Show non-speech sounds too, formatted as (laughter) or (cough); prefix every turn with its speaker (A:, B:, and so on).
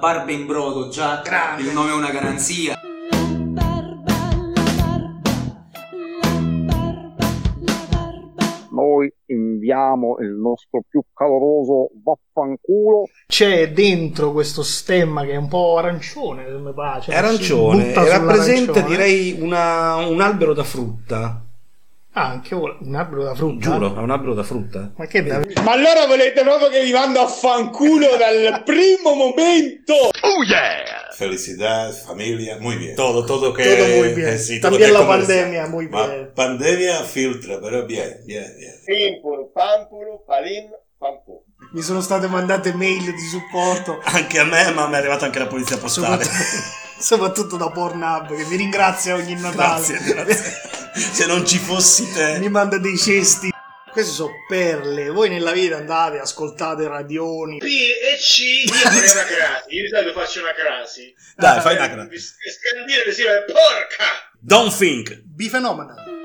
A: Barba in brodo, già
B: Grande.
A: il nome è una garanzia.
C: La barba, la barba, la barba, la barba.
D: Noi inviamo il nostro più caloroso vaffanculo
B: c'è dentro questo stemma che è un po' arancione, se mi pare.
E: È
B: cioè, si
E: arancione,
B: butta
E: rappresenta
B: sull'arancione.
E: direi una- un albero da frutta.
B: Ah, anche ora, un albero da frutta. eh?
E: Giuro, è un albero da frutta.
B: Ma
F: Eh,
B: che da...
G: Ma allora volete proprio che vi mando a fanculo dal primo momento?
F: Felicidad, familia, muy bien. Todo, todo que...
B: Todo muy bien.
F: eh, sí, todo
B: También
F: que
B: la
F: conversa.
B: pandemia, muy
F: Ma-
B: bien.
F: Pandemia filtra, pero bien, bien, bien.
G: Pimpolo, pampulo, palin, pampu.
B: Mi sono state mandate mail di supporto,
E: Anche a me, ma mi è arrivata anche la polizia postale.
B: soprattutto (laughs) da Pornhub, che vi ringrazia ogni
E: grazie, grazie. (laughs) Se non ci fossi te.
B: Mi manda dei cesti. Queste sono perle. Voi nella vita andate, ascoltate radioni.
G: P e C, io farei una crasi, io di solito faccio una crasi.
E: Dai, fai una crasi.
G: Scandire, sì, porca!
E: Don't think.
B: Bifenomena.